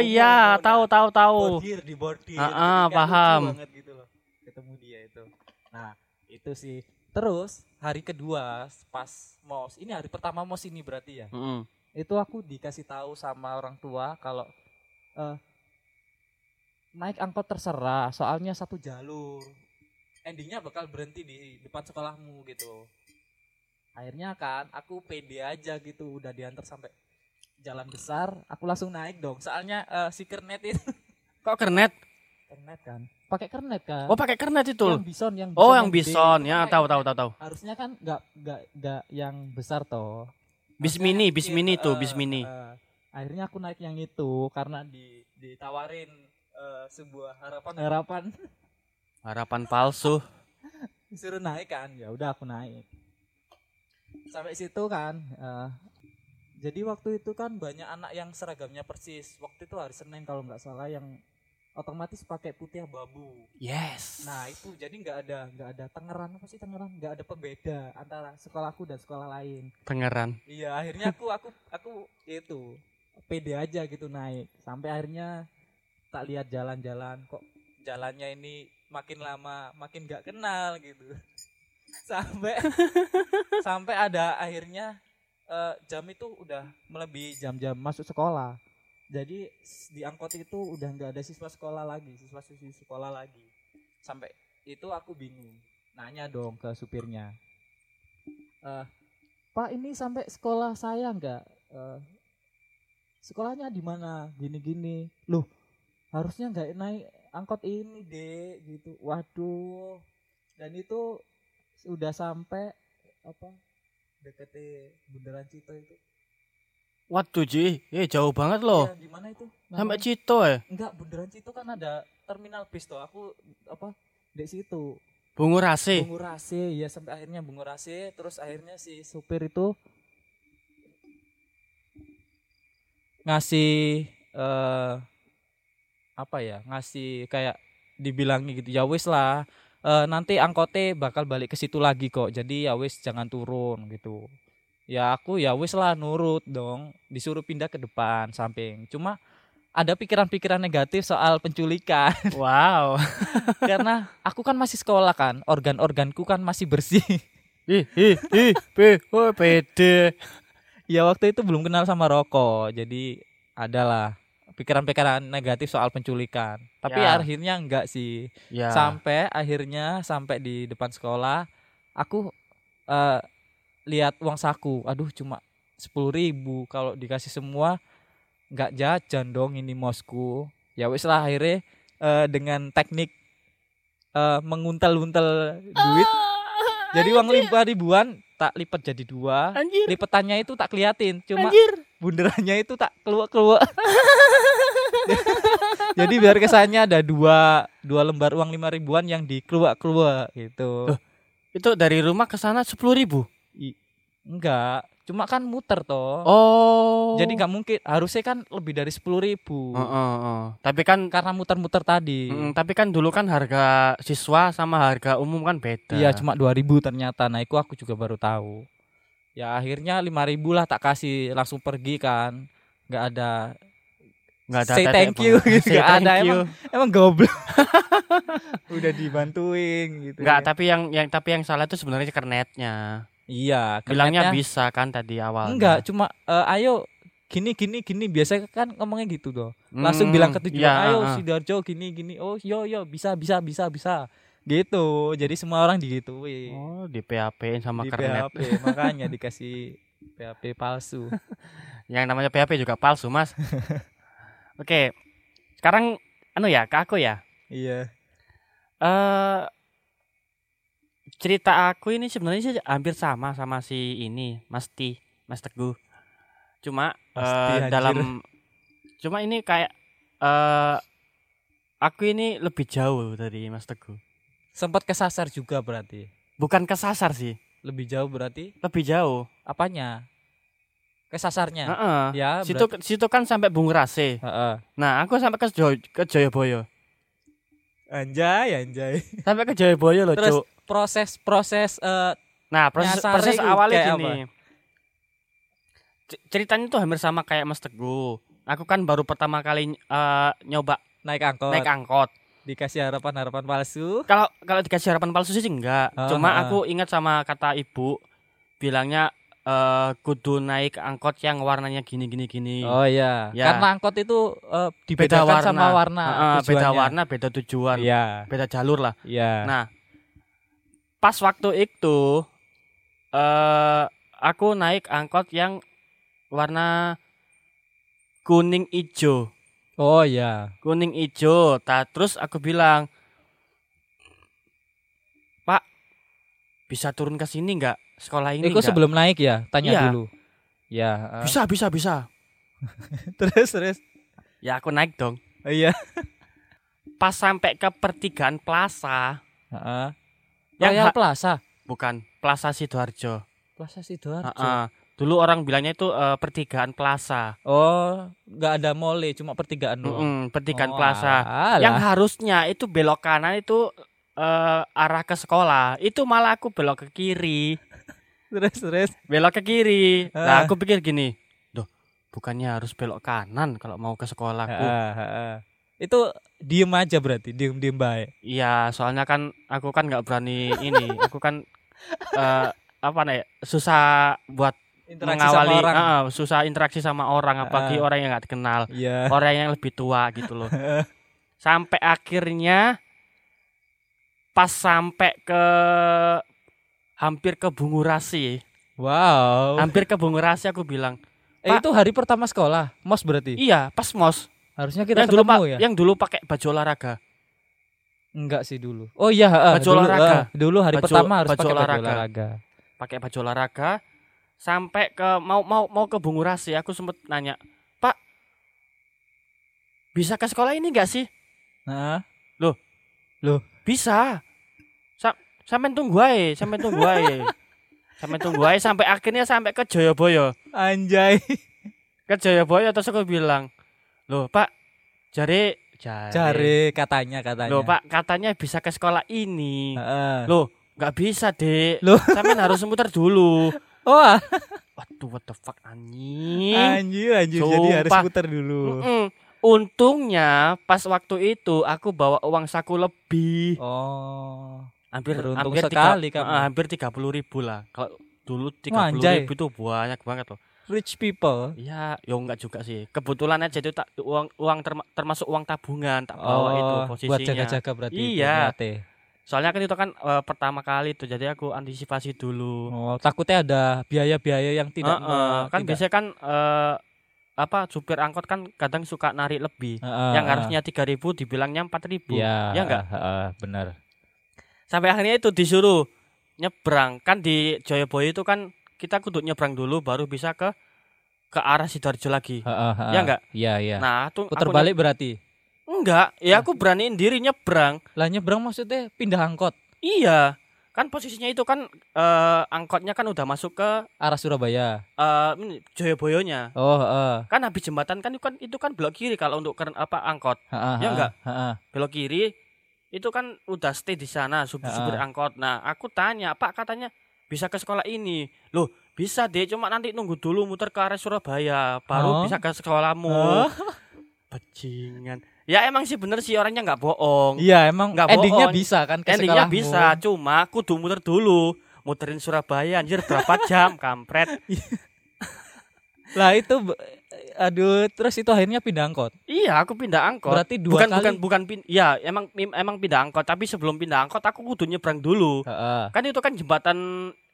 Speaker 1: Umum,
Speaker 2: iya,
Speaker 1: umum,
Speaker 2: tahu
Speaker 1: ya.
Speaker 2: tahu tahu.
Speaker 1: bordir di bordir
Speaker 2: Ah,
Speaker 1: Jadi
Speaker 2: ah,
Speaker 1: kayak lucu
Speaker 2: paham.
Speaker 1: banget gitu loh ketemu dia itu nah itu sih terus hari kedua pas mos ini hari pertama mos ini berarti ya
Speaker 2: Mm-mm.
Speaker 1: itu aku dikasih tahu sama orang tua kalau eh naik angkot terserah soalnya satu jalur endingnya bakal berhenti di depan sekolahmu gitu akhirnya kan aku pede aja gitu udah diantar sampai jalan besar aku langsung naik dong soalnya eh, si kernet itu
Speaker 2: Kok kernet?
Speaker 1: kernet kan pakai kernet kan
Speaker 2: Oh, pakai kernet itu.
Speaker 1: yang bison yang
Speaker 2: oh, yang
Speaker 1: gede.
Speaker 2: bison. Ya,
Speaker 1: Pakai
Speaker 2: tahu
Speaker 1: kernet.
Speaker 2: tahu tahu tahu.
Speaker 1: harusnya kan nggak nggak nggak yang besar toh
Speaker 2: Bis
Speaker 1: Harusnya
Speaker 2: mini,
Speaker 1: yang
Speaker 2: bis
Speaker 1: kecil,
Speaker 2: mini tuh,
Speaker 1: eh,
Speaker 2: bis mini.
Speaker 1: eh. akhirnya aku naik yang itu karena di ditawarin eh, sebuah harapan harapan (laughs)
Speaker 2: Harapan palsu.
Speaker 1: disuruh naik kan ya udah aku naik sampai situ kan eh, jadi waktu itu kan banyak anak yang seragamnya persis waktu itu hari senin kalau nggak salah yang otomatis pakai putih abu
Speaker 2: Yes.
Speaker 1: nah itu jadi nggak ada nggak ada Tangerang apa sih Tangerang nggak ada pembeda antara sekolahku dan sekolah lain
Speaker 2: Pengeran.
Speaker 1: Iya, akhirnya aku aku aku itu pede aja gitu naik. Sampai akhirnya tak lihat jalan-jalan kok jalannya ini makin lama makin gak kenal gitu. (laughs) Sampai sampai ada akhirnya eh, jam itu udah melebihi jam-jam masuk sekolah. Jadi s- di angkot itu udah nggak ada siswa sekolah lagi, siswa-siswi sekolah lagi. Sampai itu aku bingung. Nanya dong ke supirnya. Eh, Pak ini sampai sekolah saya nggak? Eh, sekolahnya di mana? Gini-gini. Loh, harusnya nggak naik angkot ini deh gitu. Waduh. Dan itu sudah sampai apa? deket Bundaran Cito itu.
Speaker 2: Waduh, Ji. Eh, jauh banget loh.
Speaker 1: Ya, di mana itu?
Speaker 2: Sampai
Speaker 1: Namanya?
Speaker 2: Cito ya.
Speaker 1: Enggak, Bundaran Cito kan ada terminal bis tuh. Aku apa? Di situ.
Speaker 2: Bungu Rasi.
Speaker 1: Bungur Rase ya sampai akhirnya Bungur Rase terus akhirnya si supir itu ngasih eh apa ya ngasih kayak dibilangnya gitu ya wis lah eh, nanti angkote bakal balik ke situ lagi kok jadi ya wis jangan turun gitu ya aku ya wis lah nurut dong disuruh pindah ke depan samping cuma ada pikiran-pikiran negatif soal penculikan (laughs)
Speaker 2: Wow.
Speaker 1: karena aku kan masih sekolah kan organ-organku kan masih bersih (laughs)
Speaker 2: Ih, ih, ih, P, oh, PD.
Speaker 1: ya waktu itu belum kenal sama rokok jadi adalah pikiran-pikiran negatif soal penculikan tapi
Speaker 2: Ya.
Speaker 1: akhirnya enggak sih
Speaker 2: Ya.
Speaker 1: sampai akhirnya sampai di depan sekolah aku eh, lihat uang saku aduh cuma sepuluh ribu kalau dikasih semua nggak jajan dong ini mosku ya wis lah akhirnya eh, dengan teknik eh, menguntel-untel duit jadi uang lima ribuan tak lipat jadi dua
Speaker 2: Anjir.
Speaker 1: lipetannya itu tak keliatin cuma
Speaker 2: Anjir.
Speaker 1: bunderannya itu tak keluar keluar (laughs) jadi biar kesannya ada dua dua lembar uang lima ribuan yang dikeluar keluar gitu
Speaker 2: Loh. Itu dari rumah ke sana 10.000. ribu
Speaker 1: enggak cuma kan muter toh
Speaker 2: Oh.
Speaker 1: jadi nggak mungkin harusnya kan lebih dari sepuluh ribu
Speaker 2: Heeh, heeh. Tapi kan
Speaker 1: karena muter-muter tadi
Speaker 2: Mm, tapi kan dulu kan harga siswa sama harga umum kan beda.
Speaker 1: Iya cuma 2000 ternyata naikku aku juga baru tahu. Ya akhirnya 5000 lah tak kasih langsung pergi kan. nggak ada
Speaker 2: Nggak ada
Speaker 1: say
Speaker 2: tetek
Speaker 1: thank
Speaker 2: pun.
Speaker 1: you gitu.
Speaker 2: Say
Speaker 1: Nggak
Speaker 2: thank
Speaker 1: ada,
Speaker 2: you.
Speaker 1: Emang goblok. (laughs) Udah dibantuin gitu.
Speaker 2: Nggak, tapi yang yang tapi yang salah itu sebenarnya kernetnya.
Speaker 1: Iya,
Speaker 2: Bilangnya
Speaker 1: kernetnya-
Speaker 2: bisa kan tadi awal.
Speaker 1: Enggak, cuma eh, ayo gini gini gini biasanya kan ngomongnya gitu doh. Langsung
Speaker 2: Hmm,
Speaker 1: bilang ke
Speaker 2: Mm,
Speaker 1: tujuan,
Speaker 2: iya,
Speaker 1: ayo
Speaker 2: ah,
Speaker 1: Sidoarjo gini gini. Oh, yo yo bisa bisa bisa bisa. Gitu. Jadi semua orang digituin.
Speaker 2: Oh, di PHP-in sama
Speaker 1: di
Speaker 2: kernet.
Speaker 1: PHP
Speaker 2: (laughs)
Speaker 1: makanya dikasih PHP palsu
Speaker 2: Yang namanya PHP juga palsu,
Speaker 1: (laughs)
Speaker 2: Mas. Oke. Sekarang anu ya, ke aku ya.
Speaker 1: iya
Speaker 2: Eh cerita aku ini sebenarnya sih hampir sama sama si ini Mas Ti, Mas Teguh. Cuma
Speaker 1: Mas
Speaker 2: eh,
Speaker 1: Ti, anjir.
Speaker 2: dalam cuma ini kayak eh aku ini lebih jauh dari Mas Teguh.
Speaker 1: sempat kesasar juga berarti
Speaker 2: Bukan kesasar sih,
Speaker 1: lebih jauh berarti
Speaker 2: lebih jauh.
Speaker 1: apanya kesasarnya
Speaker 2: Heeh.
Speaker 1: ya
Speaker 2: Situ situ kan sampai Bungrase.
Speaker 1: berarti- Heeh.
Speaker 2: Nah, aku sampai ke Jo- ke Jayabaya.
Speaker 1: anjay anjay
Speaker 2: Sampai ke Jayabaya loh,
Speaker 1: Terus
Speaker 2: Cuk.
Speaker 1: proses proses eh,
Speaker 2: Nah, proses
Speaker 1: Nyasar
Speaker 2: proses
Speaker 1: itu
Speaker 2: awalnya
Speaker 1: kayak
Speaker 2: gini. C- Ceritanya tuh hampir sama kayak Mas Teguh. Aku kan baru pertama kali eh, nyoba
Speaker 1: naik angkot
Speaker 2: naik angkot.
Speaker 1: dikasih harapan harapan palsu
Speaker 2: Kalau kalau dikasih harapan palsu sih enggak.
Speaker 1: Ah,
Speaker 2: Cuma
Speaker 1: ah.
Speaker 2: aku ingat sama kata ibu bilangnya eh, kudu naik angkot yang warnanya gini gini gini.
Speaker 1: Oh iya,
Speaker 2: Ya.
Speaker 1: karena angkot itu eh, dibedakan sama warna
Speaker 2: Heeh, beda
Speaker 1: tujuannya.
Speaker 2: warna, beda tujuan,
Speaker 1: Iya,
Speaker 2: beda jalur lah.
Speaker 1: iya.
Speaker 2: Nah, pas waktu itu eh aku naik angkot yang warna kuning ijo,
Speaker 1: Oh iya.
Speaker 2: kuning ijo. Ta, terus aku bilang, Pak, bisa turun ke sini nggak sekolah ini?
Speaker 1: Itu
Speaker 2: nggak?"
Speaker 1: sebelum naik ya, tanya
Speaker 2: Iya.
Speaker 1: dulu. Ya, eh,
Speaker 2: (laughs) Bisa, bisa, bisa.
Speaker 1: terus terus.
Speaker 2: Ya aku naik dong.
Speaker 1: Oh, Iya.
Speaker 2: Pas sampai ke pertigaan Plaza,
Speaker 1: Heeh.
Speaker 2: Yang
Speaker 1: Royal
Speaker 2: ha-
Speaker 1: Plaza.
Speaker 2: bukan Plaza Sidoarjo.
Speaker 1: Plaza Sidoarjo.
Speaker 2: Heeh. Dulu orang bilangnya itu eh, pertigaan Plaza.
Speaker 1: Oh, nggak ada mall ya, cuma pertigaan doang.
Speaker 2: Mm-mm, pertigaan
Speaker 1: Oh,
Speaker 2: Plaza. yang
Speaker 1: alah.
Speaker 2: harusnya itu belok kanan itu eh, arah ke sekolah itu malah aku belok ke kiri
Speaker 1: (laughs) terus terus.
Speaker 2: belok ke kiri
Speaker 1: Ah.
Speaker 2: nah aku pikir gini Duh, bukannya harus belok kanan kalau mau ke sekolahku
Speaker 1: Heeh, heeh. Itu diem aja berarti, diem-diem baik.
Speaker 2: iya soalnya kan aku kan nggak berani ini aku kan eh, apa nih susah buat
Speaker 1: Interaksi
Speaker 2: mengawali
Speaker 1: sama orang.
Speaker 2: eh, susah interaksi sama orang apalagi
Speaker 1: Ah.
Speaker 2: orang yang nggak dikenal
Speaker 1: Iya.
Speaker 2: orang yang lebih tua gitu loh. sampai akhirnya pas sampai ke hampir ke Bungurasi,
Speaker 1: Wow.
Speaker 2: hampir ke Bungurasi aku bilang,
Speaker 1: Eh,
Speaker 2: Pak.
Speaker 1: itu hari pertama sekolah, mos berarti.
Speaker 2: "Iya, pas MOS.
Speaker 1: Harusnya kita
Speaker 2: yang Eh, dulu
Speaker 1: ketemu
Speaker 2: Pak-
Speaker 1: ya?
Speaker 2: yang dulu pakai baju olahraga.
Speaker 1: Enggak sih dulu. Oh iya, heeh,
Speaker 2: Baju
Speaker 1: dulu,
Speaker 2: olahraga.
Speaker 1: heeh. dulu hari
Speaker 2: Baju-
Speaker 1: pertama harus
Speaker 2: baju
Speaker 1: pakai baju
Speaker 2: olahraga.
Speaker 1: olahraga.
Speaker 2: Pakai baju olahraga sampai ke mau mau mau ke Bungurasi, aku sempet nanya, "Pak, bisa ke sekolah ini enggak sih?"
Speaker 1: Heeh.
Speaker 2: Bisa. Sa sampai tunggu aja, sampai tunggu
Speaker 1: (laughs)
Speaker 2: aja. sampai tunggu aja sampai akhirnya sampai ke Joyoboyo.
Speaker 1: Anjay.
Speaker 2: (laughs) ke Jayabaya Kan terus aku bilang loh pak jari jari,
Speaker 1: Cari katanya katanya.
Speaker 2: loh pak katanya bisa ke sekolah ini
Speaker 1: Heeh. Oh,
Speaker 2: loh nggak bisa dek
Speaker 1: Nah. Loh.
Speaker 2: sampean harus muter
Speaker 1: (laughs)
Speaker 2: dulu
Speaker 1: Wah,
Speaker 2: waduh what the fuck anjing
Speaker 1: anjir anjir jadi harus
Speaker 2: Sumpah.
Speaker 1: putar dulu.
Speaker 2: Mm-mm. untungnya pas waktu itu aku bawa uang saku lebih
Speaker 1: Oh.
Speaker 2: hampir
Speaker 1: beruntung
Speaker 2: hampir
Speaker 1: sekali
Speaker 2: tiga,
Speaker 1: kamu.
Speaker 2: eh, hampir tiga puluh ribu lah kalau dulu
Speaker 1: Wah,
Speaker 2: tiga puluh
Speaker 1: anjay.
Speaker 2: ribu itu banyak banget loh
Speaker 1: Rich people.
Speaker 2: Iya, yo enggak juga sih. Kebetulan aja itu tak uang uang terma- termasuk uang tabungan tak bawa Oh, itu posisinya.
Speaker 1: Oh, buat jaga-jaga berarti. itu,
Speaker 2: Iya.
Speaker 1: berarti.
Speaker 2: Soalnya kan itu kan eh, pertama kali itu jadi aku antisipasi dulu.
Speaker 1: Oh, takutnya ada biaya-biaya yang tidak
Speaker 2: Eh, eh,
Speaker 1: me-
Speaker 2: kan
Speaker 1: tidak-
Speaker 2: biasanya kan eh, apa supir angkot kan kadang suka narik lebih.
Speaker 1: Heeh,
Speaker 2: yang
Speaker 1: heeh.
Speaker 2: harusnya 3000 dibilangnya 4000.
Speaker 1: Ah, Iya,
Speaker 2: Ya enggak?
Speaker 1: heeh, benar.
Speaker 2: Sampai akhirnya itu disuruh nyebrang. Kan di Joyoboyo itu kan kita kudu nyebrang dulu baru bisa ke ke arah Sidoarjo lagi.
Speaker 1: Heeh, heeh.
Speaker 2: Ya enggak?
Speaker 1: Iya, iya.
Speaker 2: Nah, tuh
Speaker 1: Putar
Speaker 2: aku
Speaker 1: balik Ah. berarti.
Speaker 2: nyeb- enggak, ya aku beraniin diri nyebrang.
Speaker 1: Lah nyebrang maksudnya pindah angkot
Speaker 2: Iya, kan posisinya itu kan eh, angkotnya kan udah masuk ke
Speaker 1: arah Surabaya.
Speaker 2: eh, ini, Joyoboyonya.
Speaker 1: Oh, heeh.
Speaker 2: Kan habis jembatan kan itu kan itu kan belok kiri kalau untuk keren apa angkot.
Speaker 1: Heeh,
Speaker 2: Ya
Speaker 1: heeh,
Speaker 2: enggak?
Speaker 1: heeh.
Speaker 2: Belok kiri itu kan udah stay di sana supir-supir
Speaker 1: Ah.
Speaker 2: angkot. Nah, aku tanya, Pak katanya bisa ke sekolah ini. Loh, bisa deh, cuma nanti nunggu dulu muter ke arah Surabaya baru
Speaker 1: Oh.
Speaker 2: bisa ke sekolahmu. (laughs) Bajingan. Ya emang sih bener sih orangnya nggak bohong.
Speaker 1: Iya, emang
Speaker 2: Enggak
Speaker 1: endingnya
Speaker 2: bohong.
Speaker 1: bisa kan ke
Speaker 2: Endingnya
Speaker 1: sekolahmu.
Speaker 2: bisa, cuma kudu muter dulu. Muterin Surabaya anjir berapa jam
Speaker 1: (laughs)
Speaker 2: kampret.
Speaker 1: Iya. Lah itu be- aduh terus itu akhirnya pindah angkot.
Speaker 2: Iya, aku pindah angkot.
Speaker 1: Berarti dua
Speaker 2: bukan
Speaker 1: kali.
Speaker 2: bukan bukan pin- ya emang mem- emang pindah angkot, tapi sebelum pindah angkot aku kudu nyebrang dulu.
Speaker 1: Heeh.
Speaker 2: Kan itu kan jembatan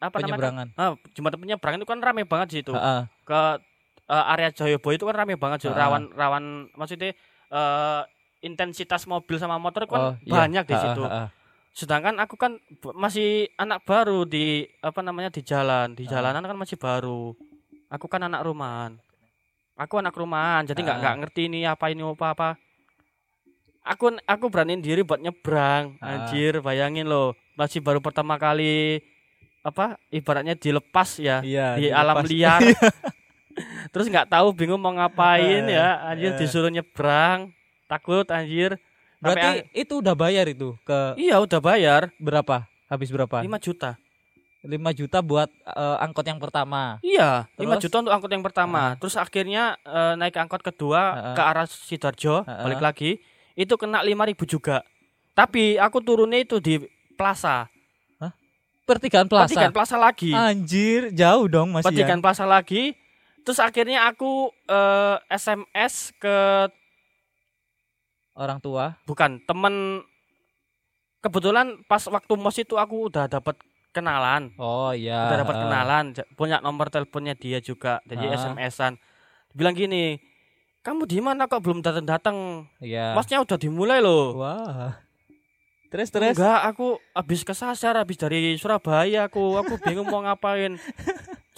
Speaker 2: apa namanya?
Speaker 1: Penyeberangan.
Speaker 2: Ah, jembatan penyeberangan itu kan rame banget sih itu.
Speaker 1: Heeh.
Speaker 2: Ke eh, area Joyoboyo itu kan rame banget sih.
Speaker 1: Ah.
Speaker 2: Rawan rawan maksudnya eh, intensitas mobil sama motor
Speaker 1: Oh,
Speaker 2: kan
Speaker 1: iya.
Speaker 2: banyak di
Speaker 1: Heeh,
Speaker 2: situ.
Speaker 1: heeh.
Speaker 2: sedangkan aku kan b- masih anak baru di apa namanya di jalan di
Speaker 1: Ah.
Speaker 2: jalanan kan masih baru aku kan anak rumahan aku anak rumahan jadi nggak
Speaker 1: Ah.
Speaker 2: nggak ngerti ini apa ini apa apa aku aku beraniin diri buat nyebrang
Speaker 1: Ah.
Speaker 2: anjir bayangin loh masih baru pertama kali apa ibaratnya dilepas ya
Speaker 1: Iya,
Speaker 2: di
Speaker 1: (laughs)
Speaker 2: alam
Speaker 1: dilepas. Iya.
Speaker 2: liar terus nggak tahu bingung mau ngapain
Speaker 1: Eh,
Speaker 2: ya anjir
Speaker 1: eh.
Speaker 2: disuruh nyebrang takut anjir Sampai
Speaker 1: Berarti itu udah bayar itu
Speaker 2: a-
Speaker 1: ke
Speaker 2: iya udah bayar
Speaker 1: berapa? Habis berapa? 5,
Speaker 2: 5 juta
Speaker 1: juta buat eh, angkot yang pertama.
Speaker 2: Iya, 5
Speaker 1: Terus?
Speaker 2: juta untuk angkot yang pertama. Terus akhirnya eh, naik angkot
Speaker 1: Heeh.
Speaker 2: kedua ke arah Sidoarjo,
Speaker 1: Heeh.
Speaker 2: balik lagi. Itu kena 5000 juga. Tapi aku turunnya itu di plaza.
Speaker 1: Hah? pertigaan plaza.
Speaker 2: Pertigaan Plaza lagi.
Speaker 1: Anjir, jauh dong masih ya.
Speaker 2: Pertigaan Plaza lagi. Terus akhirnya aku eh, SMS ke
Speaker 1: Orang tua.
Speaker 2: bukan temen kebetulan pas waktu mos itu aku udah dapat kenalan
Speaker 1: Oh iya.
Speaker 2: udah dapat
Speaker 1: Ah.
Speaker 2: kenalan ja- punya nomor teleponnya dia juga jadi
Speaker 1: Ah.
Speaker 2: SMS-an bilang gini kamu di mana kok belum datang datang
Speaker 1: Iya.
Speaker 2: mosnya udah dimulai loh
Speaker 1: Wah. Terus terus.
Speaker 2: enggak aku habis kesasar habis dari Surabaya aku aku bingung mau ngapain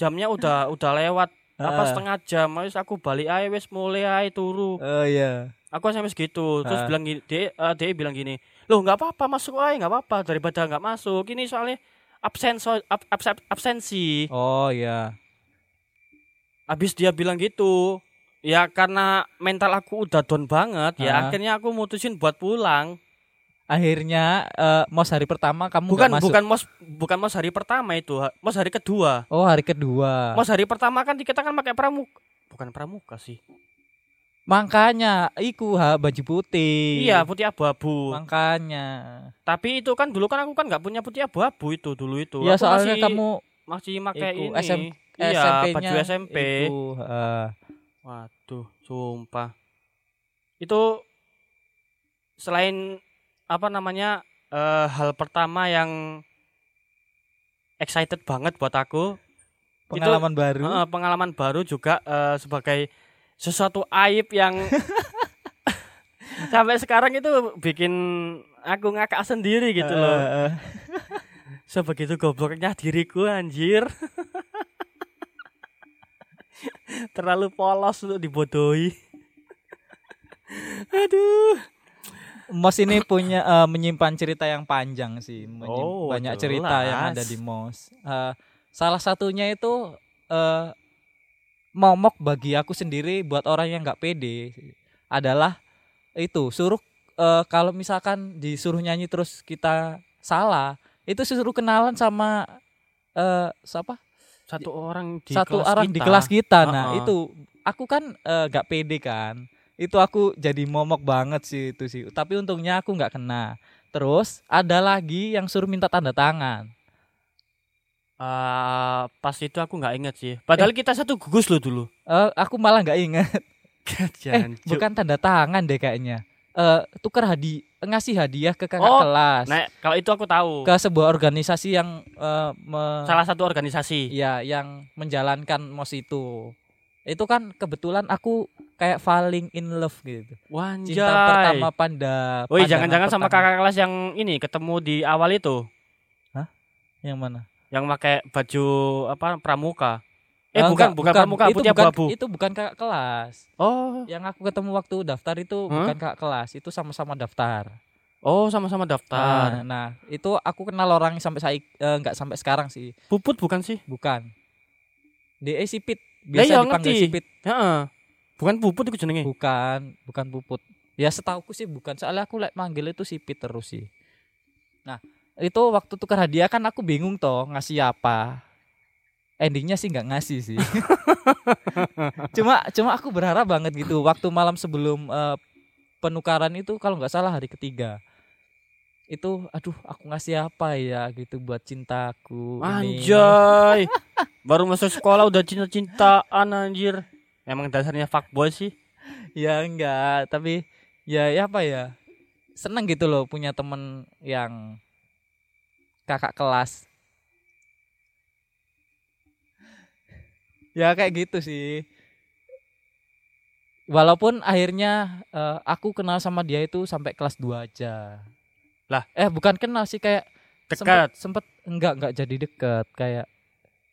Speaker 2: jamnya udah udah lewat apa
Speaker 1: Ah.
Speaker 2: setengah jam wis aku balik ae wis mulai ae turu
Speaker 1: Oh iya.
Speaker 2: aku SMS gitu terus
Speaker 1: Ah.
Speaker 2: bilang gini dia eh, dia bilang gini loh nggak apa-apa masuk aja nggak apa-apa daripada nggak masuk ini soalnya absen so- ab- abs- absensi
Speaker 1: Oh iya.
Speaker 2: habis dia bilang gitu ya karena mental aku udah down banget ya
Speaker 1: Ah.
Speaker 2: akhirnya aku mutusin buat pulang
Speaker 1: Akhirnya eh, mos hari pertama kamu
Speaker 2: bukan
Speaker 1: nggak masuk.
Speaker 2: bukan mos bukan mos hari pertama itu ha- mos hari kedua
Speaker 1: Oh hari kedua.
Speaker 2: mos hari pertama kan kita kan pakai pramuka bukan pramuka sih
Speaker 1: Makanya iku ha baju putih.
Speaker 2: iya putih abu-abu
Speaker 1: Makanya.
Speaker 2: tapi itu kan dulu kan aku kan nggak punya putih abu-abu itu dulu itu
Speaker 1: Iya
Speaker 2: Aku
Speaker 1: soalnya
Speaker 2: masih-
Speaker 1: kamu
Speaker 2: masih pakai
Speaker 1: Iku,
Speaker 2: ini
Speaker 1: SM
Speaker 2: iya
Speaker 1: SMP-nya
Speaker 2: baju SMP
Speaker 1: iku, eh,
Speaker 2: waduh sumpah itu selain apa namanya eh, hal pertama yang excited banget buat aku Gitu.
Speaker 1: pengalaman baru.
Speaker 2: Eh, pengalaman baru juga eh, sebagai sesuatu aib (laughs) yang sampai sekarang itu bikin aku ngakak sendiri gitu
Speaker 1: Eh,
Speaker 2: loh
Speaker 1: eh, eh.
Speaker 2: sebegitu gobloknya diriku (laughs) anjir terlalu polos untuk dibodohi (laughs) aduh
Speaker 1: Mos ini punya eh, menyimpan cerita yang panjang sih, menyim-
Speaker 2: Oh,
Speaker 1: banyak cerita yang
Speaker 2: jelas.
Speaker 1: ada di Mos. Eh, salah satunya itu eh, momok bagi aku sendiri buat orang yang nggak pede adalah itu suruh eh, kalau misalkan disuruh nyanyi terus kita salah itu suruh kenalan sama eh, siapa
Speaker 2: satu orang di
Speaker 1: satu
Speaker 2: kelas
Speaker 1: orang
Speaker 2: kita.
Speaker 1: di kelas kita. Nah,
Speaker 2: Uh-uh.
Speaker 1: itu aku kan eh, nggak pede kan. Itu aku jadi momok banget sih itu sih. Tapi untungnya aku nggak kena. Terus ada lagi yang suruh minta tanda tangan.
Speaker 2: Eh, pas itu aku nggak inget sih padahal kita satu gugus lo dulu
Speaker 1: Eh, aku malah nggak inget. (laughs) Eh,
Speaker 2: (laughs) Jangan, Ya, Cuk.
Speaker 1: bukan tanda tangan deh kayaknya. Eh tukar hadi ngasih hadiah ke kakak
Speaker 2: Oh,
Speaker 1: kelas
Speaker 2: nah kalau itu aku tahu
Speaker 1: ke sebuah organisasi yang eh, me-
Speaker 2: salah satu organisasi
Speaker 1: ya yang menjalankan mos itu. Itu kan kebetulan aku kayak falling in love gitu.
Speaker 2: wanjay
Speaker 1: Cinta pertama panda. pandangan
Speaker 2: Woi, jangan-jangan sama
Speaker 1: pertama.
Speaker 2: kakak kelas yang ini ketemu di awal itu
Speaker 1: Yang mana?
Speaker 2: yang pakai baju apa pramuka eh
Speaker 1: Ah,
Speaker 2: bukan,
Speaker 1: enggak,
Speaker 2: bukan pramuka
Speaker 1: itu
Speaker 2: putih
Speaker 1: bukan,
Speaker 2: abu-abu
Speaker 1: Itu bukan kakak kelas.
Speaker 2: oh
Speaker 1: Yang aku ketemu waktu daftar itu
Speaker 2: Hah?
Speaker 1: bukan kakak kelas, itu sama-sama daftar.
Speaker 2: Oh, sama-sama
Speaker 1: Nah,
Speaker 2: daftar.
Speaker 1: nah, itu aku kenal orang yang sampai saya enggak sampai sekarang sih,
Speaker 2: Puput bukan sih?
Speaker 1: bukan. DE Sipit,
Speaker 2: Lah,
Speaker 1: biasa
Speaker 2: iya,
Speaker 1: dipanggil
Speaker 2: ngerti.
Speaker 1: Sipit.
Speaker 2: Heeh. Bukan puput itu jenenge.
Speaker 1: Bukan, bukan puput. Ya setauku sih bukan, soalnya aku lek manggil itu Sipit terus sih. Nah, itu waktu tukar hadiah kan aku bingung toh ngasih apa. Endingnya sih nggak ngasih sih. (laughs) cuma cuma aku berharap banget gitu waktu malam sebelum eh, penukaran itu kalau nggak salah hari ketiga. Itu aduh aku ngasih apa ya gitu buat cintaku ini.
Speaker 2: Anjay. Baru masuk sekolah udah cinta-cintaan anjir. Emang dasarnya fuckboy sih.
Speaker 1: ya enggak tapi ya, ya apa ya seneng gitu loh punya temen yang kakak kelas ya kayak gitu sih walaupun akhirnya eh, aku kenal sama dia itu sampai kelas 2 aja
Speaker 2: Lah.
Speaker 1: eh bukan kenal sih kayak
Speaker 2: Dekat.
Speaker 1: sempet, sempet enggak enggak jadi dekat kayak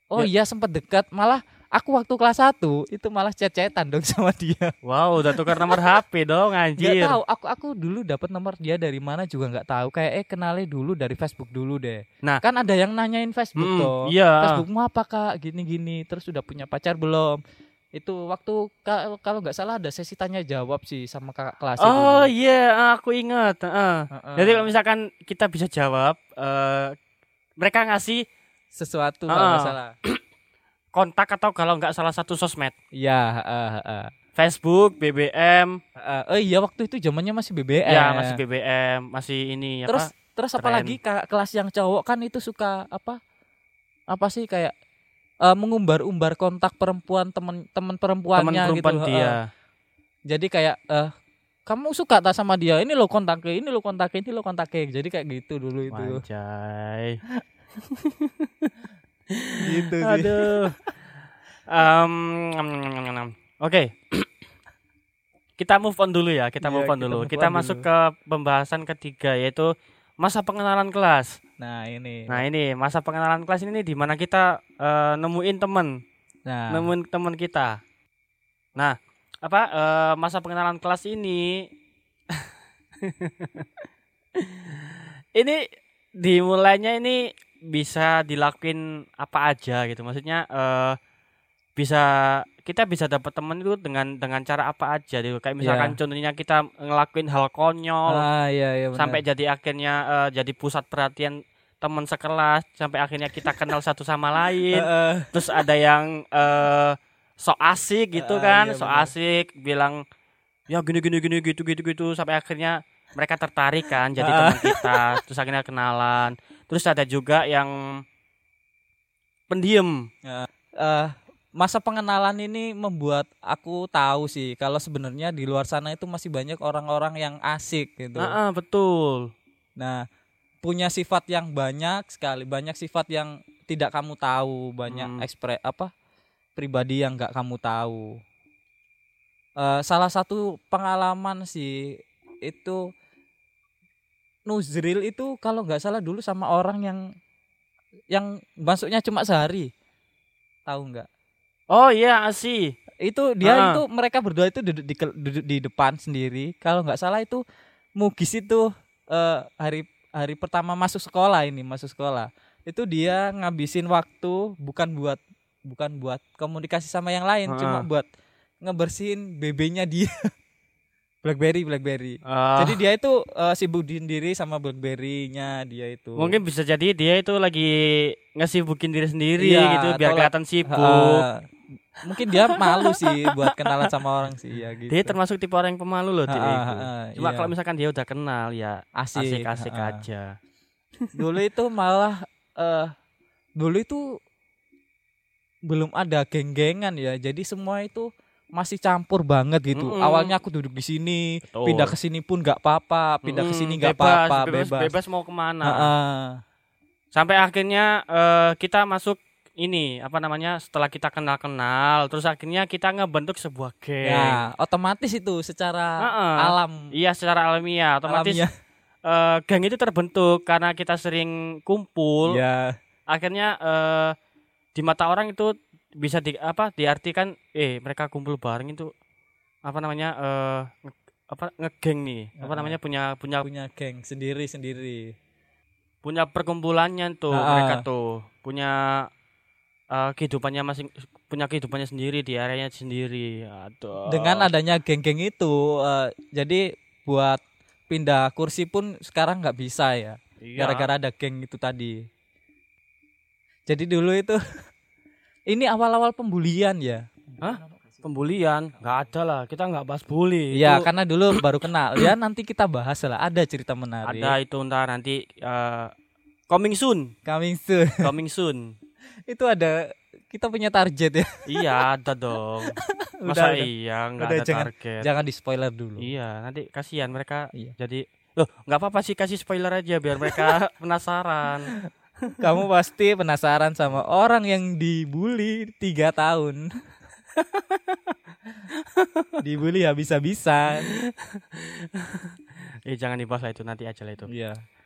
Speaker 1: oh iya sempet dekat malah aku waktu kelas 1 itu malah cecetan dong (laughs) sama dia
Speaker 2: Wow, udah tukar nomor HP dong
Speaker 1: Gak
Speaker 2: anjir.
Speaker 1: tahu, aku aku dulu dapat nomor dia dari mana juga nggak tahu. Kayak eh kenalnya dulu dari Facebook dulu deh.
Speaker 2: Nah.
Speaker 1: kan ada yang nanyain Facebook
Speaker 2: Mm,
Speaker 1: toh.
Speaker 2: iya.
Speaker 1: Facebookmu apa kak? Gini-gini. Terus sudah punya pacar belum? Itu waktu ka- kalau nggak salah ada sesi tanya jawab sih sama kakak kelas itu
Speaker 2: Oh
Speaker 1: dulu.
Speaker 2: iya, aku ingat. Heeh.
Speaker 1: Heeh.
Speaker 2: Jadi kalau misalkan kita bisa jawab eh, mereka ngasih
Speaker 1: sesuatu kalau nggak
Speaker 2: Ah.
Speaker 1: salah.
Speaker 2: kontak atau kalau nggak salah satu sosmed,
Speaker 1: Iya. heeh, heeh.
Speaker 2: Facebook, BBM,
Speaker 1: Heeh. oh iya waktu itu zamannya masih BBM.
Speaker 2: ya masih BBM, masih ini apa?
Speaker 1: Terus Terus
Speaker 2: Keren.
Speaker 1: apalagi ka- kelas yang cowok kan itu suka apa? Apa sih kayak eh, mengumbar-umbar kontak perempuan temen-temen
Speaker 2: teman
Speaker 1: perempuannya
Speaker 2: perempuan
Speaker 1: gitu.
Speaker 2: dia
Speaker 1: heeh. Jadi kayak eh kamu suka tak sama dia? Ini lo kontak ini lo kontak ini lo kontak Jadi kayak gitu dulu itu.
Speaker 2: Anjay.
Speaker 1: (laughs) Gitu
Speaker 2: Aduh. Em, em, em, em, em. Oke. (clears throat) kita move on dulu ya, kita
Speaker 1: Iya,
Speaker 2: move on
Speaker 1: kita
Speaker 2: dulu.
Speaker 1: move
Speaker 2: Kita
Speaker 1: on
Speaker 2: masuk
Speaker 1: dulu.
Speaker 2: ke pembahasan ketiga yaitu masa pengenalan kelas.
Speaker 1: Nah, ini.
Speaker 2: Nah, ini masa pengenalan kelas ini nih di mana kita eh, nemuin teman,
Speaker 1: Nah,
Speaker 2: nemuin teman kita. Nah, apa eh, masa pengenalan kelas ini (laughs) ini dimulainya ini bisa dilakuin apa aja gitu. Maksudnya eh bisa kita bisa dapat teman itu dengan dengan cara apa aja gitu. Kayak misalkan contohnya kita ngelakuin hal konyol
Speaker 1: Iya. ah iya iya benar.
Speaker 2: sampai jadi akhirnya eh, jadi pusat perhatian teman sekelas sampai akhirnya kita kenal satu sama lain
Speaker 1: Heeh.
Speaker 2: terus ada yang eh so asik
Speaker 1: Ah,
Speaker 2: gitu kan
Speaker 1: iya,
Speaker 2: so
Speaker 1: benar.
Speaker 2: asik bilang ya gini gini gini gitu gitu gitu sampai akhirnya mereka tertarik kan jadi
Speaker 1: Ah.
Speaker 2: teman kita terus akhirnya kenalan terus ada juga yang pendiam
Speaker 1: eh masa pengenalan ini membuat aku tahu sih kalau sebenarnya di luar sana itu masih banyak orang-orang yang asik gitu.
Speaker 2: Ah, ah, betul
Speaker 1: Nah, punya sifat yang banyak sekali, banyak sifat yang tidak kamu tahu, banyak
Speaker 2: Hmm.
Speaker 1: ekspre apa pribadi yang nggak kamu tahu. Eh salah satu pengalaman sih itu Nuzril itu kalau nggak salah dulu sama orang yang yang masuknya cuma sehari, tahu nggak?
Speaker 2: oh iya asih
Speaker 1: itu dia
Speaker 2: Ah.
Speaker 1: itu mereka berdua itu duduk di kel- duduk di depan sendiri kalau nggak salah itu Mugis itu eh, hari hari pertama masuk sekolah ini masuk sekolah itu dia ngabisin waktu bukan buat bukan buat komunikasi sama yang lain cuma
Speaker 2: Ah.
Speaker 1: buat ngebersihin BB-nya dia (laughs) BlackBerry BlackBerry
Speaker 2: Ah,
Speaker 1: jadi dia itu eh, sibuk sendiri sama BlackBerry-nya dia itu
Speaker 2: mungkin bisa jadi dia itu lagi ngesibukin diri sendiri
Speaker 1: Iya,
Speaker 2: gitu
Speaker 1: atau la-
Speaker 2: biar kelihatan sibuk
Speaker 1: Heeh. mungkin dia malu sih buat kenalan sama orang sih ya gitu
Speaker 2: Dia termasuk tipe orang yang pemalu loh dia.
Speaker 1: Ah,
Speaker 2: itu.
Speaker 1: ah, ah,
Speaker 2: Cuma
Speaker 1: iya.
Speaker 2: kalau misalkan dia udah kenal ya
Speaker 1: asik
Speaker 2: asik-asik
Speaker 1: heeh.
Speaker 2: aja.
Speaker 1: dulu itu malah eh dulu itu belum ada geng-gengan ya jadi semua itu masih campur banget gitu
Speaker 2: Mm-mm.
Speaker 1: awalnya aku duduk di sini pindah ke sini pun nggak apa-apa pindah ke
Speaker 2: Mm,
Speaker 1: sini nggak
Speaker 2: bebas,
Speaker 1: apa-apa
Speaker 2: bebas,
Speaker 1: bebas,
Speaker 2: bebas Nah. mau kemana.
Speaker 1: Heeh.
Speaker 2: Sampai akhirnya eh, kita masuk ini apa namanya setelah kita kenal-kenal terus akhirnya kita ngebentuk sebuah geng.
Speaker 1: ya otomatis itu secara
Speaker 2: Heeh.
Speaker 1: alam
Speaker 2: Iya secara alamiah otomatis
Speaker 1: alamiah.
Speaker 2: eh, geng itu terbentuk karena kita sering kumpul
Speaker 1: ya
Speaker 2: akhirnya eh di mata orang itu bisa di apa diartikan eh mereka kumpul bareng itu apa namanya eh nge- apa ngegeng nih apa
Speaker 1: Heeh.
Speaker 2: namanya punya punya
Speaker 1: punya geng sendiri sendiri
Speaker 2: punya perkumpulannya tuh
Speaker 1: Heeh.
Speaker 2: mereka tuh punya eh, kehidupannya masing punya kehidupannya sendiri di areanya sendiri atau
Speaker 1: dengan adanya geng-geng itu eh, jadi buat pindah kursi pun sekarang nggak bisa ya
Speaker 2: Iya.
Speaker 1: gara-gara ada geng itu tadi. Jadi dulu itu (laughs) ini awal-awal pembulian ya.
Speaker 2: pembulian nggak ada lah kita nggak bahas bully
Speaker 1: Iya,
Speaker 2: Itu
Speaker 1: karena (clears throat) dulu baru kenal. Ya nanti kita bahas lah. Ada cerita menarik.
Speaker 2: ada itu ntar nanti eh, coming soon
Speaker 1: Coming soon. (laughs)
Speaker 2: coming soon
Speaker 1: itu ada kita punya target ya.
Speaker 2: Iya ada dong. Masa
Speaker 1: udah.
Speaker 2: iya nggak
Speaker 1: Udah,
Speaker 2: ada
Speaker 1: jangan-
Speaker 2: target.
Speaker 1: Jangan di spoiler dulu.
Speaker 2: Iya nanti kasihan mereka
Speaker 1: Iya.
Speaker 2: jadi loh nggak apa-apa sih kasih spoiler aja biar
Speaker 1: (laughs)
Speaker 2: mereka penasaran.
Speaker 1: Kamu pasti penasaran sama orang yang dibully tiga tahun. (laughs) dibully habis-habisan.
Speaker 2: Eh jangan dibahas lah itu nanti aja lah itu.
Speaker 1: Iya.